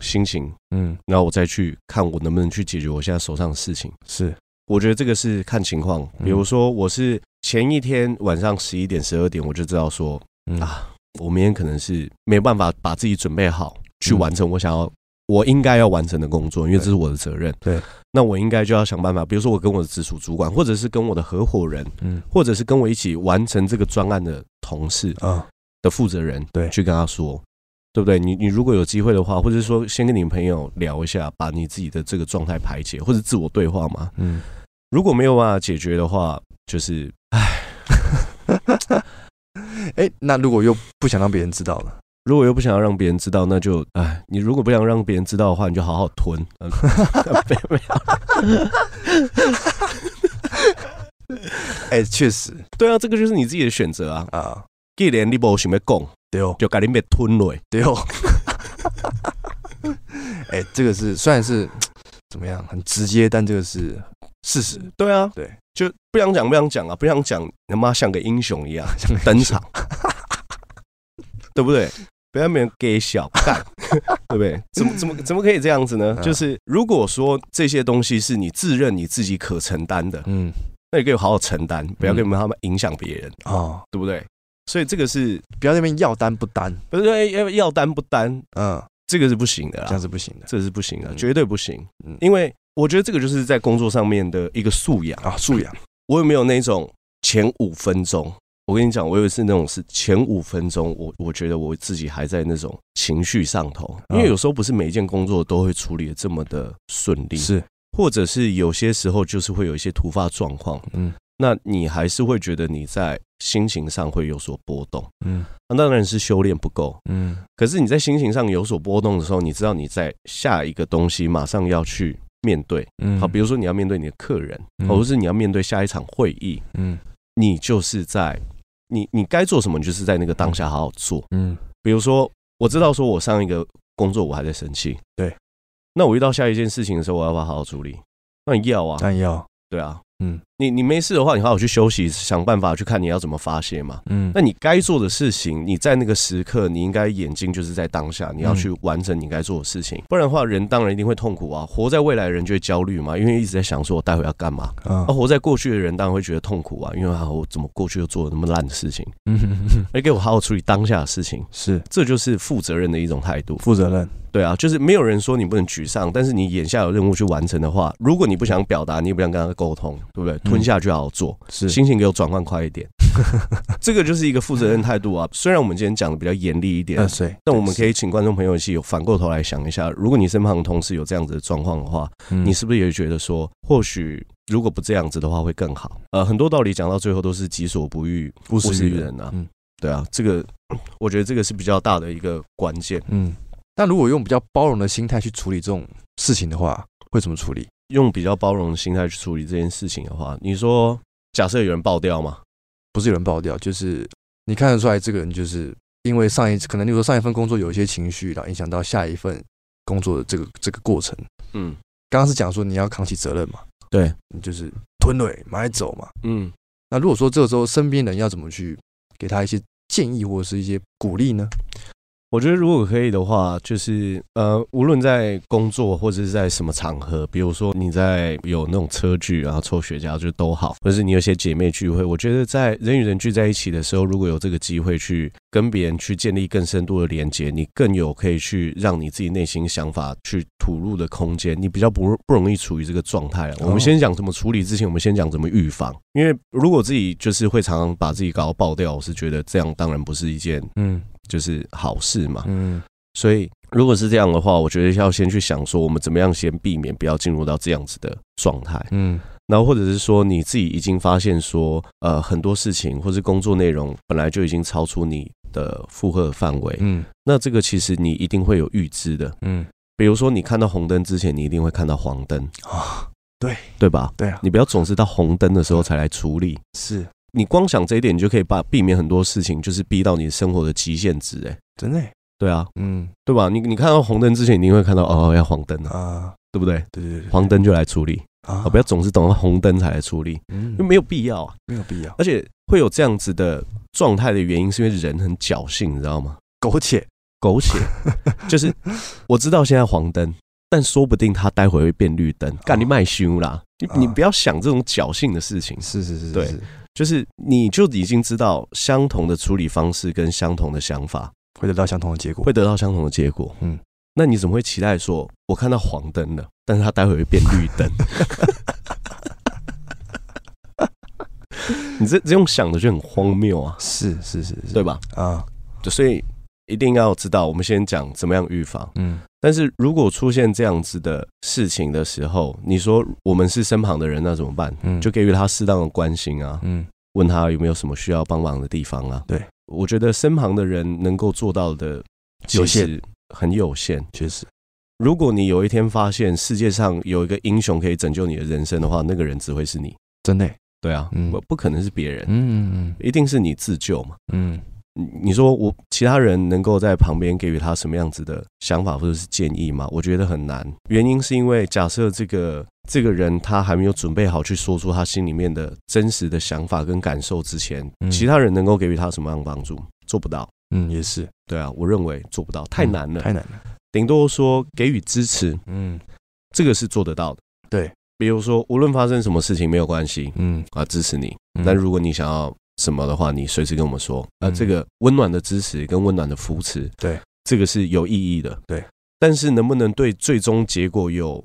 [SPEAKER 1] 心情，
[SPEAKER 2] 嗯，
[SPEAKER 1] 然后我再去看我能不能去解决我现在手上的事情。
[SPEAKER 2] 是，
[SPEAKER 1] 我觉得这个是看情况，比如
[SPEAKER 2] 嗯
[SPEAKER 1] 说我是前一天晚上十一点、十二点，我就知道说
[SPEAKER 2] 嗯
[SPEAKER 1] 啊，我明天可能是没办法把自己准备好去
[SPEAKER 2] 嗯
[SPEAKER 1] 完成我想要、我应该要完成的工作，因为
[SPEAKER 2] 对
[SPEAKER 1] 这是我的责任。
[SPEAKER 2] 对，
[SPEAKER 1] 那我应该就要想办法，比如说我跟我的直属主管，或者是跟我的合伙人，
[SPEAKER 2] 嗯
[SPEAKER 1] 或者是跟我一起完成这个专案的同事
[SPEAKER 2] 啊，
[SPEAKER 1] 的负责人，
[SPEAKER 2] 对
[SPEAKER 1] 去跟他说。对不对？你你如果有机会的话，或者说先跟你朋友聊一下，把你自己的这个状态排解，或者自我对话嘛。
[SPEAKER 2] 嗯，
[SPEAKER 1] 如果没有办法解决的话，就是
[SPEAKER 2] 哎，那如果又不想让别人 知道了，
[SPEAKER 1] 如果又不想要让别人知道，那就哎，你如果不想让别人知道的话，你就好好吞。呃没有没有，
[SPEAKER 2] 哎，确实
[SPEAKER 1] 对啊，这个就是你自己的选择啊。
[SPEAKER 2] 啊，
[SPEAKER 1] 既然你不想要讲，
[SPEAKER 2] 对哦，
[SPEAKER 1] 就赶紧被吞了。
[SPEAKER 2] 对哦， 哎，这个是虽然是怎么样很直接，但这个是事实，
[SPEAKER 1] 对啊，
[SPEAKER 2] 对，
[SPEAKER 1] 就不想讲，不想讲啊，不想讲，他妈像个英雄一 样登场，对不对？不要被人给小干， 对不对？怎么怎么怎么可以这样子呢？
[SPEAKER 2] 嗯
[SPEAKER 1] 就是如果说这些东西是你自认你自己可承担的，
[SPEAKER 2] 嗯，
[SPEAKER 1] 那你可以好好承担，不要给他们影响别人，
[SPEAKER 2] 哦，
[SPEAKER 1] 对不对？所以这个是
[SPEAKER 2] 不要在那边要单不单，
[SPEAKER 1] 不是说哎要要担不担，
[SPEAKER 2] 嗯，
[SPEAKER 1] 这个是不行的
[SPEAKER 2] 这
[SPEAKER 1] 啦
[SPEAKER 2] 样，是不行的
[SPEAKER 1] 这个是不行的，
[SPEAKER 2] 嗯
[SPEAKER 1] 绝对不行
[SPEAKER 2] 嗯。
[SPEAKER 1] 因为我觉得这个就是在工作上面的一个素养。
[SPEAKER 2] 啊，素养，
[SPEAKER 1] 我有没有那种前五分钟？我跟你讲，我有一次那种是前五分钟，我我觉得我自己还在那种情绪上头，因为
[SPEAKER 2] 嗯
[SPEAKER 1] 有时候不是每一件工作都会处理的这么的顺利，
[SPEAKER 2] 是，
[SPEAKER 1] 或者是有些时候就是会有一些突发状况，
[SPEAKER 2] 嗯
[SPEAKER 1] 那你还是会觉得你在心情上会有所波动。
[SPEAKER 2] 嗯
[SPEAKER 1] 那当然是修炼不够，
[SPEAKER 2] 嗯，
[SPEAKER 1] 可是你在心情上有所波动的时候，你知道你在下一个东西马上要去面对。
[SPEAKER 2] 嗯
[SPEAKER 1] 好，比如说你要面对你的客人，
[SPEAKER 2] 嗯
[SPEAKER 1] 或者是你要面对下一场会议，
[SPEAKER 2] 嗯
[SPEAKER 1] 你就是在你你该做什么，你就是在那个当下好好做。
[SPEAKER 2] 嗯
[SPEAKER 1] 比如说，我知道说我上一个工作我还在生气，
[SPEAKER 2] 对，
[SPEAKER 1] 那我遇到下一件事情的时候，我要不要好好处理？那你要啊，
[SPEAKER 2] 弹药，
[SPEAKER 1] 对啊，
[SPEAKER 2] 嗯
[SPEAKER 1] 你你没事的话，你好好去休息，想办法去看你要怎么发泄嘛。
[SPEAKER 2] 嗯
[SPEAKER 1] 那你该做的事情，你在那个时刻，你应该眼睛就是在当下，你要去完成你该做的事情，不然的话，人当然一定会痛苦啊。活在未来的人就会焦虑嘛，因为一直在想说我待会要干嘛。
[SPEAKER 2] 啊
[SPEAKER 1] 啊，活在过去的人当然会觉得痛苦啊，因为啊，我怎么过去又做了那么烂的事情？哎
[SPEAKER 2] 嗯 哼哼
[SPEAKER 1] 而给我好好处理当下的事情，
[SPEAKER 2] 是
[SPEAKER 1] 这就是负责任的一种态度。
[SPEAKER 2] 负责任，
[SPEAKER 1] 对啊，就是没有人说你不能沮丧，但是你眼下有任务去完成的话，如果你不想表达，你也不想跟他沟通，对不对？吞下去好好做，
[SPEAKER 2] 是
[SPEAKER 1] 心情给我转换快一点， 这个就是一个负责任态度啊。虽然我们今天讲的比较严厉一点
[SPEAKER 2] 二，岁，
[SPEAKER 1] 啊但我们可以请观众朋友一起有反过头来想一下，如果你身旁的同事有这样子的状况的话，
[SPEAKER 2] 嗯
[SPEAKER 1] 你是不是也觉得说，或许如果不这样子的话会更好？呃，很多道理讲到最后都是己所不欲，
[SPEAKER 2] 不
[SPEAKER 1] 勿施
[SPEAKER 2] 是
[SPEAKER 1] 于人啊。
[SPEAKER 2] 嗯
[SPEAKER 1] 对啊，这个我觉得这个是比较大的一个关键。
[SPEAKER 2] 嗯，那如果用比较包容的心态去处理这种事情的话，会怎么处理？
[SPEAKER 1] 用比较包容的心态去处理这件事情的话，你说假设有人爆掉嘛，
[SPEAKER 2] 不是有人爆掉，就是你看得出来这个人就是因为上一次可能例如说上一份工作有一些情绪，然后影响到下一份工作的这个这个过程。
[SPEAKER 1] 嗯
[SPEAKER 2] 刚刚是讲说你要扛起责任嘛，
[SPEAKER 1] 对，
[SPEAKER 2] 你就是吞了马上走嘛。
[SPEAKER 1] 嗯，
[SPEAKER 2] 那如果说这个时候身边人要怎么去给他一些建议或者是一些鼓励呢？
[SPEAKER 1] 我觉得如果可以的话，就是呃，无论在工作或者是在什么场合，比如说你在有那种车聚啊、抽雪茄就都好，或者是你有些姐妹聚会，我觉得在人与人聚在一起的时候，如果有这个机会去跟别人去建立更深度的连接，你更有可以去让你自己内心想法去吐露的空间，你比较不不容易处于这个状态了。
[SPEAKER 2] 哦
[SPEAKER 1] 我们先讲怎么处理之前，我们先讲怎么预防，因为如果自己就是会常常把自己搞到爆掉，我是觉得这样当然不是一件
[SPEAKER 2] 嗯
[SPEAKER 1] 就是好事嘛。
[SPEAKER 2] 嗯
[SPEAKER 1] 所以如果是这样的话，我觉得要先去想说，我们怎么样先避免不要进入到这样子的状态。
[SPEAKER 2] 嗯
[SPEAKER 1] 然后或者是说你自己已经发现说，呃，很多事情或是工作内容本来就已经超出你的负荷范围，
[SPEAKER 2] 嗯
[SPEAKER 1] 那这个其实你一定会有预知的。
[SPEAKER 2] 嗯
[SPEAKER 1] 比如说你看到红灯之前，你一定会看到黄灯，
[SPEAKER 2] 啊，对
[SPEAKER 1] 对吧？
[SPEAKER 2] 对啊，
[SPEAKER 1] 你不要总是到红灯的时候才来处理，
[SPEAKER 2] 是
[SPEAKER 1] 你光想这一点，你就可以把避免很多事情，就是逼到你生活的极限值、哎，
[SPEAKER 2] 真的欸，
[SPEAKER 1] 对啊，
[SPEAKER 2] 嗯
[SPEAKER 1] 对吧？你你看到红灯之前，你一定会看到哦要黄灯了、
[SPEAKER 2] 啊，
[SPEAKER 1] 对不对？
[SPEAKER 2] 对对对，
[SPEAKER 1] 黄灯就来处理
[SPEAKER 2] 啊
[SPEAKER 1] 啊，不要总是等到红灯才来处理，
[SPEAKER 2] 嗯
[SPEAKER 1] 就没有必要啊。
[SPEAKER 2] 没有必要，
[SPEAKER 1] 而且会有这样子的状态的原因，是因为人很侥幸，你知道吗？
[SPEAKER 2] 苟且，
[SPEAKER 1] 苟 且，就是我知道现在黄灯，但说不定它待会会变绿灯。干你卖羞啦！你你
[SPEAKER 2] 哦啊
[SPEAKER 1] 不要想这种侥幸的事情，
[SPEAKER 2] 是是是
[SPEAKER 1] 对
[SPEAKER 2] 是是，
[SPEAKER 1] 就是你就已经知道相同的处理方式跟相同的想法
[SPEAKER 2] 会得到相同的结果，
[SPEAKER 1] 会得到相同的结果。嗯
[SPEAKER 2] 嗯，
[SPEAKER 1] 那你怎么会期待说我看到黄灯了，但是它待会会变绿灯？ 你这这用想的就很荒谬啊，
[SPEAKER 2] 是是是是，
[SPEAKER 1] 对吧？
[SPEAKER 2] 啊，
[SPEAKER 1] 就所以一定要知道，我们先讲怎么样预防。
[SPEAKER 2] 嗯
[SPEAKER 1] 但是如果出现这样子的事情的时候，你说我们是身旁的人，那怎么办？
[SPEAKER 2] 嗯，
[SPEAKER 1] 就给予他适当的关心啊，
[SPEAKER 2] 嗯
[SPEAKER 1] 问他有没有什么需要帮忙的地方啊。
[SPEAKER 2] 对，
[SPEAKER 1] 我觉得身旁的人能够做到的其实
[SPEAKER 2] 有限
[SPEAKER 1] 很有限。
[SPEAKER 2] 确实
[SPEAKER 1] 如果你有一天发现世界上有一个英雄可以拯救你的人生的话，那个人只会是你。
[SPEAKER 2] 真的欸，
[SPEAKER 1] 对啊，
[SPEAKER 2] 嗯
[SPEAKER 1] 不不可能是别人，
[SPEAKER 2] 嗯嗯
[SPEAKER 1] 一定是你自救嘛。
[SPEAKER 2] 嗯
[SPEAKER 1] 你你说我其他人能够在旁边给予他什么样子的想法或者是建议吗？我觉得很难。原因是因为假设这个这个人他还没有准备好去说出他心里面的真实的想法跟感受之前，
[SPEAKER 2] 嗯
[SPEAKER 1] 其他人能够给予他什么样的帮助？做不到。
[SPEAKER 2] 嗯，也是
[SPEAKER 1] 对啊，我认为做不到，太
[SPEAKER 2] 嗯
[SPEAKER 1] 难了。
[SPEAKER 2] 太难了，
[SPEAKER 1] 顶多说给予支持，
[SPEAKER 2] 嗯
[SPEAKER 1] 这个是做得到的。
[SPEAKER 2] 对，
[SPEAKER 1] 比如说无论发生什么事情没有关系
[SPEAKER 2] 嗯，
[SPEAKER 1] 啊，支持你。
[SPEAKER 2] 嗯
[SPEAKER 1] 但如果你想要什么的话，你随时跟我们说。那、
[SPEAKER 2] 嗯
[SPEAKER 1] 这个温暖的支持跟温暖的扶持，
[SPEAKER 2] 对，
[SPEAKER 1] 这个是有意义的。
[SPEAKER 2] 对，
[SPEAKER 1] 但是能不能对最终结果有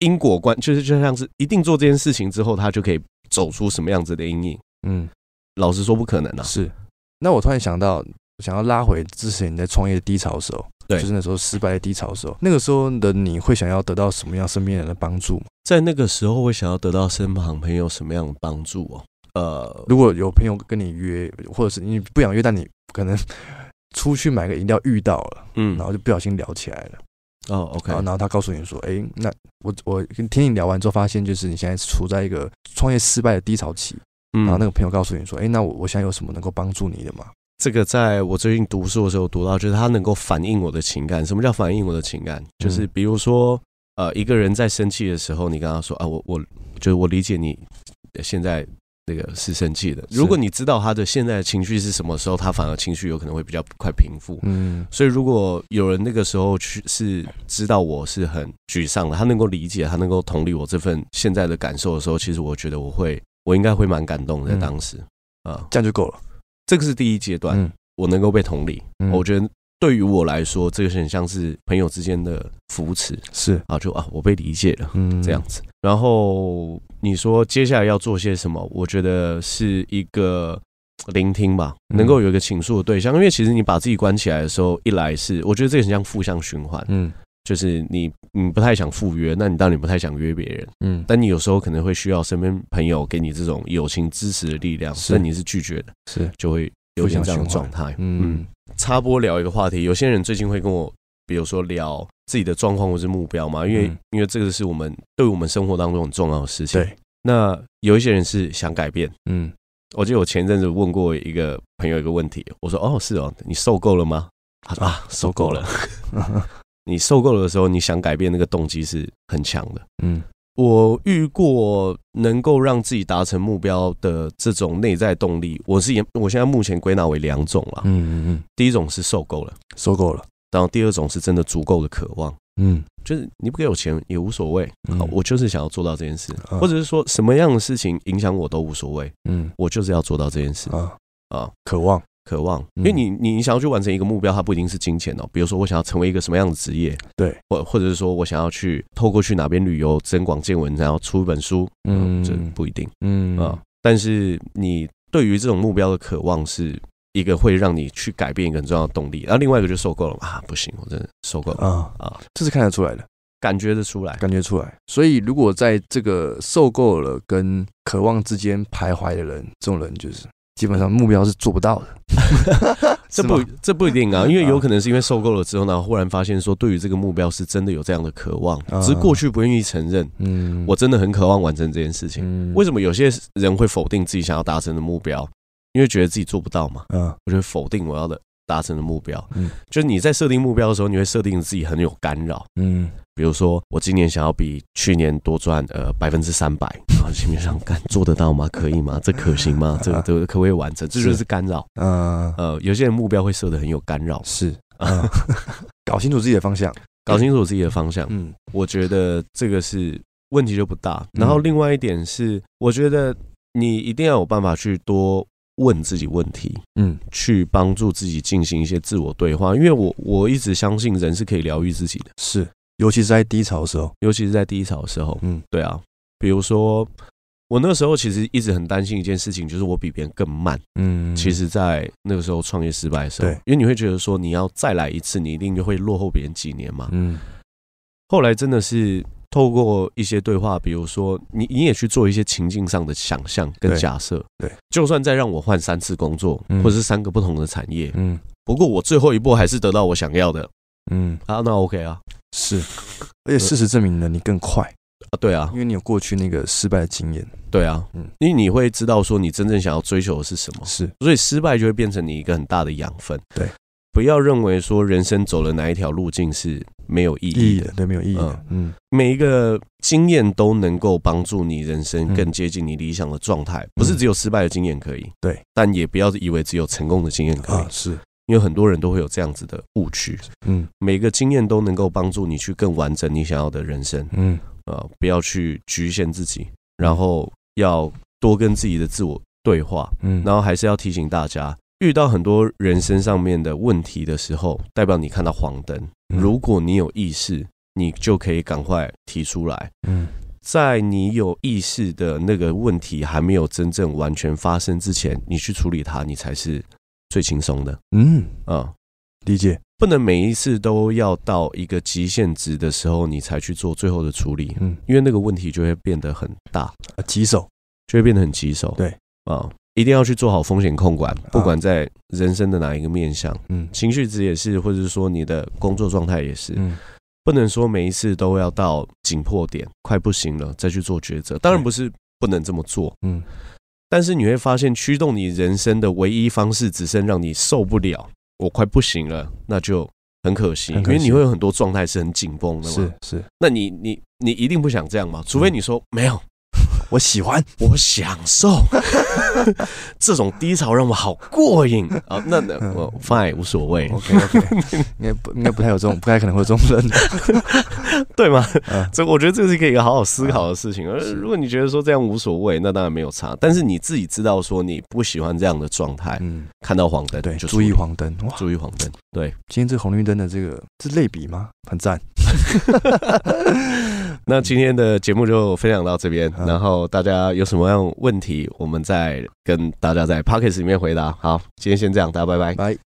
[SPEAKER 1] 因果关，就是就像是一定做这件事情之后，他就可以走出什么样子的阴影？
[SPEAKER 2] 嗯。
[SPEAKER 1] 老实说，不可能啊。
[SPEAKER 2] 是，那我突然想到，想要拉回之前你在创业低潮的时候，
[SPEAKER 1] 对
[SPEAKER 2] 就是那时候失败的低潮的时候，那个时候的你会想要得到什么样身边人的帮助吗？
[SPEAKER 1] 在那个时候，会想要得到身旁朋友什么样的帮助哦？呃，
[SPEAKER 2] 如果有朋友跟你约，或者是你不想约，但你可能出去买个饮料遇到了，
[SPEAKER 1] 嗯
[SPEAKER 2] 然后就不小心聊起来了，
[SPEAKER 1] 哦
[SPEAKER 2] 然后
[SPEAKER 1] ，OK，
[SPEAKER 2] 然后他告诉你说，哎，那我我跟听你聊完之后，发现就是你现在处在一个创业失败的低潮期，
[SPEAKER 1] 嗯
[SPEAKER 2] 然后那个朋友告诉你说，哎，那我我现在有什么能够帮助你的吗？
[SPEAKER 1] 这个在我最近读书的时候读到，就是它能够反映我的情感。什么叫反映我的情感？
[SPEAKER 2] 嗯
[SPEAKER 1] 就是比如说，呃，一个人在生气的时候，你跟他说啊，我我就是我理解你呃现在那个是生气的。
[SPEAKER 2] 是
[SPEAKER 1] 如果你知道他的现在的情绪是什么时候，他反而情绪有可能会比较快平复。
[SPEAKER 2] 嗯
[SPEAKER 1] 所以，如果有人那个时候去是知道我是很沮丧的，他能够理解，他能够同理我这份现在的感受的时候，其实我觉得我会，我应该会蛮感动的。在
[SPEAKER 2] 嗯
[SPEAKER 1] 当时，啊、
[SPEAKER 2] 这样就够了。
[SPEAKER 1] 这个是第一阶段。
[SPEAKER 2] 嗯，
[SPEAKER 1] 我能够被同理。
[SPEAKER 2] 嗯
[SPEAKER 1] 我觉得对于我来说，这个很像是朋友之间的扶持
[SPEAKER 2] 是，
[SPEAKER 1] 啊，就啊，我被理解了
[SPEAKER 2] 嗯，
[SPEAKER 1] 这样子。然后你说接下来要做些什么？我觉得是一个呃聆听吧，
[SPEAKER 2] 嗯
[SPEAKER 1] 能够有一个倾诉的对象。因为其实你把自己关起来的时候，一来是我觉得这个很像负向循环，
[SPEAKER 2] 嗯
[SPEAKER 1] 就是你你不太想赴约，那你当然你不太想约别人，
[SPEAKER 2] 嗯，
[SPEAKER 1] 但你有时候可能会需要身边朋友给你这种友情支持的力量，
[SPEAKER 2] 是
[SPEAKER 1] 但你是拒绝的，
[SPEAKER 2] 是，
[SPEAKER 1] 就会有点这样
[SPEAKER 2] 负向
[SPEAKER 1] 的
[SPEAKER 2] 循环
[SPEAKER 1] 状态。
[SPEAKER 2] 嗯。
[SPEAKER 1] 插播聊一个话题，有些人最近会跟我，比如说聊自己的状况或是目标嘛，因为、
[SPEAKER 2] 嗯
[SPEAKER 1] 因为这个是我们对我们生活当中很重要的事情。
[SPEAKER 2] 对，
[SPEAKER 1] 那有一些人是想改变。
[SPEAKER 2] 嗯
[SPEAKER 1] 我记得我前阵子问过一个朋友一个问题，我说：“哦，是哦，你受够了吗？”他说：“啊，受够了。你受够了的时候，你想改变那个动机是很强的。
[SPEAKER 2] 嗯
[SPEAKER 1] 我遇过能够让自己达成目标的这种内在动力，我是也我现在目前归纳为两种啦。
[SPEAKER 2] 嗯嗯，
[SPEAKER 1] 第一种是受够了。
[SPEAKER 2] 收购了，
[SPEAKER 1] 然后第二种是真的足够的渴望，
[SPEAKER 2] 嗯，
[SPEAKER 1] 就是你不给我钱也无所谓，
[SPEAKER 2] 嗯
[SPEAKER 1] 啊我就是想要做到这件事，
[SPEAKER 2] 啊
[SPEAKER 1] 或者是说什么样的事情影响我都无所谓，
[SPEAKER 2] 嗯
[SPEAKER 1] 我就是要做到这件事。
[SPEAKER 2] 啊
[SPEAKER 1] 啊，
[SPEAKER 2] 渴望
[SPEAKER 1] 渴望，因
[SPEAKER 2] 嗯
[SPEAKER 1] 为你你你想要去完成一个目标，它不一定是金钱哦。比如说，我想要成为一个什么样的职业，
[SPEAKER 2] 对，
[SPEAKER 1] 或或者是说我想要去透过去哪边旅游，增广见闻，然后出一本书，嗯，
[SPEAKER 2] 嗯
[SPEAKER 1] 这不一定
[SPEAKER 2] 嗯
[SPEAKER 1] 啊。但是你对于这种目标的渴望是。一个会让你去改变一个很重要的动力，然后另外一个就受够了啊，不行，我真的受够了，
[SPEAKER 2] 啊
[SPEAKER 1] 啊
[SPEAKER 2] 啊，这是看得出来的，
[SPEAKER 1] 感觉得出来。
[SPEAKER 2] 感觉出来。所以如果在这个受够了跟 渴望之间徘徊的人，这种人就是基本上目标是做不到的。
[SPEAKER 1] 这
[SPEAKER 2] 是吗
[SPEAKER 1] 不这不一定啊，因为有可能是因为受够了之后，然后忽然发现说，对于这个目标是真的有这样的渴望，
[SPEAKER 2] 啊
[SPEAKER 1] 只是过去不愿意承认。
[SPEAKER 2] 嗯
[SPEAKER 1] 我真的很渴望完成这件事情。
[SPEAKER 2] 嗯
[SPEAKER 1] 为什么有些人会否定自己想要达成的目标？因为觉得自己做不到嘛。
[SPEAKER 2] 嗯
[SPEAKER 1] 我就会否定我要的达成的目标。
[SPEAKER 2] 嗯
[SPEAKER 1] 就是你在设定目标的时候，你会设定自己很有干扰。
[SPEAKER 2] 嗯
[SPEAKER 1] 比如说，我今年想要比去年多赚呃百分之三百，然后心里想，干做得到吗？可以吗？这可行吗？这这可不可以完成？这就是干扰。
[SPEAKER 2] 嗯
[SPEAKER 1] 呃，有些人目标会设得很有干扰，
[SPEAKER 2] 是，
[SPEAKER 1] 啊
[SPEAKER 2] 嗯 搞清楚自己的方向。
[SPEAKER 1] 搞清楚自己的方向，
[SPEAKER 2] 嗯
[SPEAKER 1] 我觉得这个是问题就不大。然后
[SPEAKER 2] 嗯
[SPEAKER 1] 另外一点是，我觉得你一定要有办法去多问自己问题，
[SPEAKER 2] 嗯
[SPEAKER 1] 去帮助自己进行一些自我对话，因为我我一直相信人是可以疗愈自己的，
[SPEAKER 2] 是，尤其是在低潮的时候。
[SPEAKER 1] 尤其是在低潮的时候。
[SPEAKER 2] 嗯
[SPEAKER 1] 对啊，比如说我那时候其实一直很担心一件事情，就是我比别人更慢。
[SPEAKER 2] 嗯
[SPEAKER 1] 其实，在那个时候创业失败的时候，
[SPEAKER 2] 对
[SPEAKER 1] 因为你会觉得说你要再来一次，你一定就会落后别人几年嘛。
[SPEAKER 2] 嗯
[SPEAKER 1] 后来真的是透过一些对话，比如说你你也去做一些情境上的想象跟
[SPEAKER 2] 对
[SPEAKER 1] 假设，
[SPEAKER 2] 对，
[SPEAKER 1] 就算再让我换三次工作，
[SPEAKER 2] 嗯
[SPEAKER 1] 或者是三个不同的产业，
[SPEAKER 2] 嗯
[SPEAKER 1] 不过我最后一步还是得到我想要的
[SPEAKER 2] 嗯
[SPEAKER 1] 啊，那 OK 啊，
[SPEAKER 2] 是，而且事实证明了你更快，
[SPEAKER 1] 啊对啊
[SPEAKER 2] 因，为你有过去那个失败的经验。
[SPEAKER 1] 对啊，
[SPEAKER 2] 嗯
[SPEAKER 1] 因为你会知道说你真正想要追求的是什么，
[SPEAKER 2] 是，
[SPEAKER 1] 所以失败就会变成你一个很大的养分。
[SPEAKER 2] 对，
[SPEAKER 1] 不要认为说人生走了哪一条路径是没有意
[SPEAKER 2] 意
[SPEAKER 1] 义
[SPEAKER 2] 义
[SPEAKER 1] 的，
[SPEAKER 2] 的对，没有意义的。嗯
[SPEAKER 1] 每一个经验都能够帮助你人生
[SPEAKER 2] 嗯
[SPEAKER 1] 更接近你理想的状态，不是只有失败的经验可以。
[SPEAKER 2] 对，
[SPEAKER 1] 但也不要以为只有成功的经验可以
[SPEAKER 2] 啊，是，
[SPEAKER 1] 因为很多人都会有这样子的误区。
[SPEAKER 2] 嗯
[SPEAKER 1] 每个经验都能够帮助你去更完整你想要的人生。
[SPEAKER 2] 嗯
[SPEAKER 1] 呃，不要去局限自己，然后要多跟自己的自我对话，
[SPEAKER 2] 嗯
[SPEAKER 1] 然后还是要提醒大家，遇到很多人身上面的问题的时候，代表你看到黄灯，
[SPEAKER 2] 嗯
[SPEAKER 1] 如果你有意识，你就可以赶快提出来。
[SPEAKER 2] 嗯
[SPEAKER 1] 在你有意识的那个问题还没有真正完全发生之前，你去处理它，你才是最轻松的
[SPEAKER 2] 嗯，
[SPEAKER 1] 啊、
[SPEAKER 2] 理解。
[SPEAKER 1] 不能每一次都要到一个极限值的时候，你才去做最后的处理，
[SPEAKER 2] 嗯，
[SPEAKER 1] 因为那个问题就会变得很大，
[SPEAKER 2] 呃棘手。
[SPEAKER 1] 就会变得很棘手。
[SPEAKER 2] 对
[SPEAKER 1] 啊，一定要去做好风险控管，不管在人生的哪一个面向，
[SPEAKER 2] 嗯
[SPEAKER 1] 情绪值也是，或者是说你的工作状态也是，
[SPEAKER 2] 嗯
[SPEAKER 1] 不能说每一次都要到紧迫点，快不行了再去做抉择。当然
[SPEAKER 2] 对
[SPEAKER 1] 不是不能这么做，
[SPEAKER 2] 嗯，
[SPEAKER 1] 但是你会发现，驱动你人生的唯一方式，只剩让你受不了，我快不行了，那就很可惜，
[SPEAKER 2] 很可惜
[SPEAKER 1] 因为你会有很多状态是很紧绷的嘛。
[SPEAKER 2] 是，嗯是，
[SPEAKER 1] 那你你你一定不想这样嘛？除非你说、没有，
[SPEAKER 2] 我喜欢。
[SPEAKER 1] 我享受 这种低潮，让我好过瘾啊！那那
[SPEAKER 2] 嗯
[SPEAKER 1] 我 fine 无所谓，
[SPEAKER 2] OK OK，应该不应该不太有这种，不太可能会有这种人。
[SPEAKER 1] 对吗？
[SPEAKER 2] 嗯
[SPEAKER 1] 这我觉得这是一个一个好好思考的事情。而
[SPEAKER 2] 啊是
[SPEAKER 1] 如果你觉得说这样无所谓，那当然没有差。但是你自己知道说你不喜欢这样的状态，
[SPEAKER 2] 嗯，
[SPEAKER 1] 看到黄灯
[SPEAKER 2] 对，
[SPEAKER 1] 就
[SPEAKER 2] 注意
[SPEAKER 1] 处理
[SPEAKER 2] 黄灯。哇，
[SPEAKER 1] 注意黄灯， 对。
[SPEAKER 2] 今天这红绿灯的这个这类比吗？很赞。
[SPEAKER 1] 那今天的节目就分享到这边，
[SPEAKER 2] 嗯
[SPEAKER 1] 然后大家有什么样问题，我们再跟大家在 p o c k e t 里面回答。好，今天先这样，大家拜拜。
[SPEAKER 2] 来。